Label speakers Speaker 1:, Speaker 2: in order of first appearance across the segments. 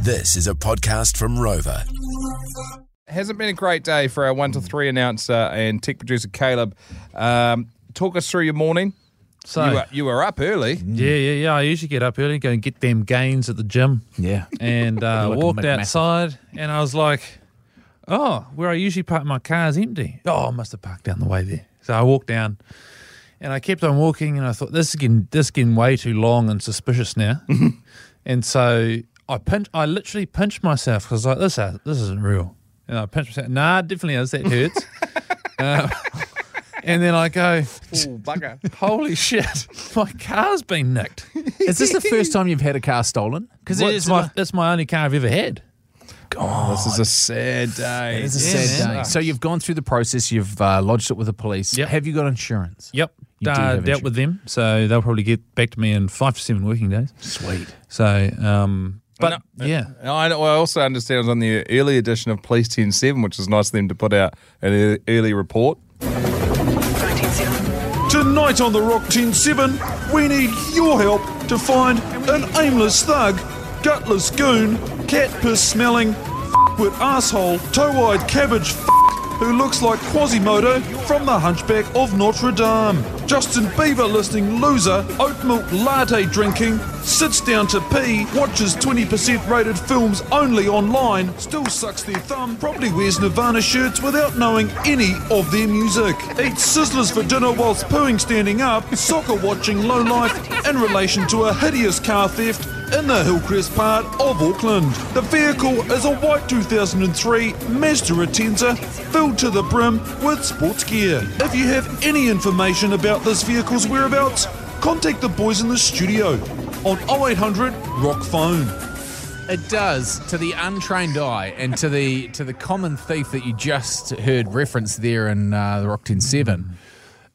Speaker 1: This is a podcast from Rover.
Speaker 2: Hasn't been a great day for our one to three announcer and tech producer Caleb. Um, talk us through your morning.
Speaker 3: So
Speaker 2: You were, you were up early.
Speaker 3: yeah,
Speaker 4: Mm.
Speaker 3: yeah, yeah. I usually get up early, go and get them gains at the gym,
Speaker 4: Yeah.
Speaker 3: and uh,
Speaker 4: Like a
Speaker 3: walked
Speaker 4: McMassive.
Speaker 3: outside, and I was like, "Oh, where I usually park my car is empty. Oh, I must have parked down the way there." So I walked down, and I kept on walking, and I thought this is getting this is getting way too long and suspicious now, and so I pinch, I literally pinched myself because like this uh, this isn't real, and I pinched myself. Nah, definitely is. That hurts. Uh, and then I go,
Speaker 2: Oh, bugger.
Speaker 3: holy shit, my car's been nicked.
Speaker 4: Is this the first time you've had a car stolen? Because it
Speaker 3: Well,
Speaker 4: is
Speaker 3: it's
Speaker 4: my.
Speaker 3: my, that's my only car I've ever had.
Speaker 2: this is a sad day.
Speaker 4: It's a
Speaker 3: Yeah,
Speaker 4: sad
Speaker 3: man.
Speaker 4: day. So you've gone through the process. You've uh, lodged it with the police.
Speaker 3: Yep.
Speaker 4: Have you got insurance?
Speaker 3: Yep.
Speaker 4: You
Speaker 3: Uh,
Speaker 4: do have
Speaker 3: dealt
Speaker 4: insurance.
Speaker 3: with them, so they'll probably get back to me in five to seven working days.
Speaker 4: Sweet.
Speaker 3: So, um, but
Speaker 2: No.
Speaker 3: yeah,
Speaker 2: I, know- I also understand it was on the early edition of Police 107, which is nice of them to put out an ear- early report.
Speaker 5: Tonight on the Rock 107, we need your help to find an aimless thug, gutless goon, cat piss smelling, with asshole, toe-eyed cabbage who looks like Quasimodo from the Hunchback of Notre Dame. Justin Bieber listening loser, oat milk latte drinking, sits down to pee, watches 20% rated films only online, still sucks their thumb, probably wears Nirvana shirts without knowing any of their music, eats sizzlers for dinner whilst pooing standing up, soccer watching low life in relation to a hideous car theft in the Hillcrest part of Auckland. The vehicle is a white 2003 Mazda Atenza filled to the brim with sports gear. If you have any information about this vehicle's whereabouts, contact the boys in the studio on 0800 Rock Phone.
Speaker 4: It does to the untrained eye and to the to the common thief that you just heard reference there in uh, the Rockton Seven.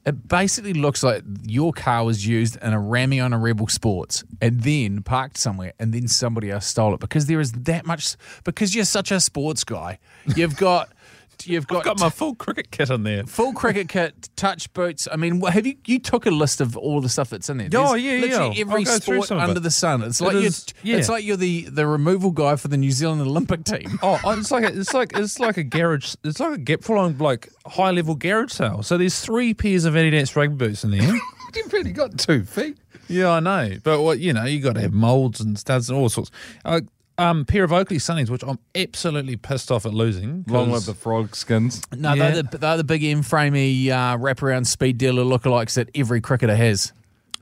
Speaker 4: It basically looks like your car was used in a Rammy on a Rebel Sports and then parked somewhere and then somebody else stole it because there is that much because you're such a sports guy. You've got you've got,
Speaker 3: got my full cricket kit in there.
Speaker 4: full cricket kit, touch boots. I mean, wha- have you you took a list of all the stuff that's in there?
Speaker 3: Oh,
Speaker 4: There's
Speaker 3: yeah, yeah,
Speaker 4: literally
Speaker 3: yeah. I'll
Speaker 4: Every
Speaker 3: go through
Speaker 4: sport
Speaker 3: some of
Speaker 4: under
Speaker 3: it.
Speaker 4: the sun. It's
Speaker 3: It
Speaker 4: like
Speaker 3: is-
Speaker 4: you.
Speaker 3: yeah.
Speaker 4: It's like you're the the removal guy for the New Zealand Olympic team.
Speaker 3: Oh, it's like a, it's like it's like a garage. It's like a get full on like high level garage sale. So there's three pairs of Adidas rugby boots in there.
Speaker 2: You've really got two feet.
Speaker 3: yeah, I know, but what you know, you got to have molds and studs and all sorts. Uh, um, pair of Oakley Sunnies, which I'm absolutely pissed off at losing.
Speaker 2: Long
Speaker 3: 'cause-
Speaker 2: live the frog skins.
Speaker 4: No,
Speaker 3: Yeah.
Speaker 4: they're, the, they're the big M framey uh, wraparound speed dealer lookalikes that every cricketer has.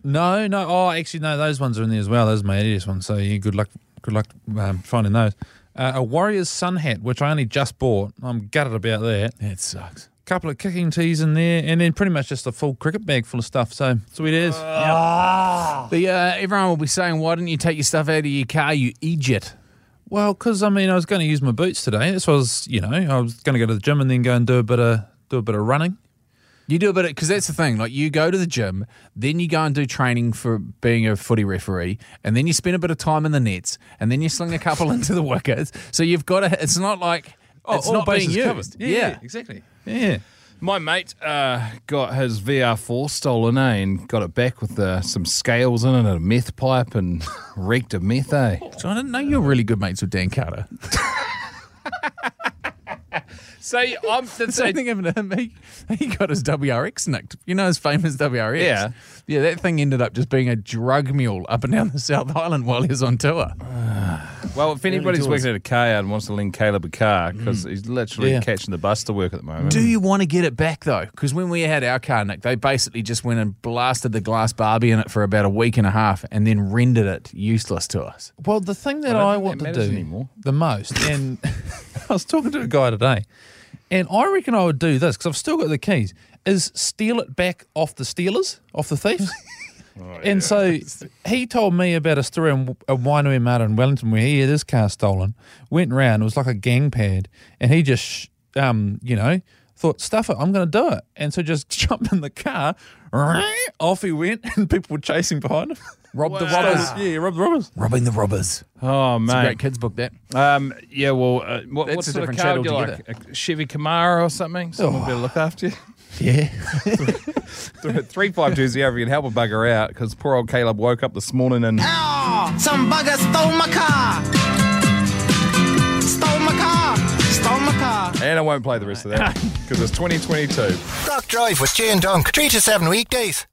Speaker 3: No, no. Oh, actually, no. Those ones are in there as well. Those are my Adidas ones. So yeah, good luck. Good luck um, finding those. Uh, a Warriors sun hat, which I only just bought. I'm gutted about that.
Speaker 4: That sucks.
Speaker 3: couple of kicking tees in there, and then pretty much just a full cricket bag full of stuff. So sweet
Speaker 2: Uh.
Speaker 3: as. Ah.
Speaker 4: The uh, everyone will be saying, "Why didn't you take your stuff out of your car, you idiot?"
Speaker 3: Well, because I mean, I was going to use my boots today. This was, you know, I was going to go to the gym and then go and do a bit of do a bit of running.
Speaker 4: You do a bit of because that's the thing. Like you go to the gym, then you go and do training for being a footy referee, and then you spend a bit of time in the nets, and then you sling a couple into the wickets. So you've got to. It's not like
Speaker 3: Oh,
Speaker 4: it's not being used.
Speaker 3: Yeah, exactly. Yeah.
Speaker 2: My mate uh, got his VR4 stolen, eh, and got it back with uh, some scales in it and a meth pipe and reeked of meth, eh?
Speaker 4: So I didn't know you were really good mates with Dan Carter.
Speaker 2: So I'm that's
Speaker 4: Same thing happened to him. He, he got his WRX nicked. You know his famous WRX.
Speaker 2: Yeah.
Speaker 4: yeah. That thing ended up just being a drug mule up and down the South Island while he was on tour.
Speaker 2: Well, if anybody's working at a car yard and wants to lend Caleb a car, because he's literally
Speaker 4: Yeah.
Speaker 2: catching the bus to work at the moment.
Speaker 4: Do you want to get it back though? Because when we had our car, Nick, they basically just went and blasted the glass Barbie in it for about a week and a half, and then rendered it useless to us.
Speaker 3: Well, the thing that
Speaker 2: don't
Speaker 3: I,
Speaker 2: think
Speaker 3: want
Speaker 2: that
Speaker 3: to do
Speaker 2: matters anymore.
Speaker 3: the most, and I was talking to a guy today, and I reckon I would do this because I've still got the keys, is steal it back off the stealers, off the thieves. and so he told me about a story in a winery matter in Wellington where he had his car stolen, went round, it was like a gang pad, and he just, sh- um, you know, thought, stuff it, I'm going to do it. And so just jumped in the car, off he went, and people were chasing behind him.
Speaker 4: Rob the robbers.
Speaker 3: yeah, robbed the robbers.
Speaker 4: Robbing the robbers.
Speaker 2: Oh,
Speaker 4: Great
Speaker 2: mate.
Speaker 4: kids book that.
Speaker 2: Um, yeah, well, uh, what,
Speaker 4: That's
Speaker 2: what
Speaker 4: a
Speaker 2: sort of
Speaker 4: different
Speaker 2: car
Speaker 4: chat
Speaker 2: would you like? A Chevy Camaro or something? Someone better look after you.
Speaker 3: Yeah.
Speaker 2: 3520 if you can help a bugger out, because poor old Caleb woke up this morning and
Speaker 6: Some bugger stole my car.
Speaker 2: And I won't play the rest of that because it's 2022.
Speaker 6: Rock Drive with Jane Dunk, 3 to 7 weekdays.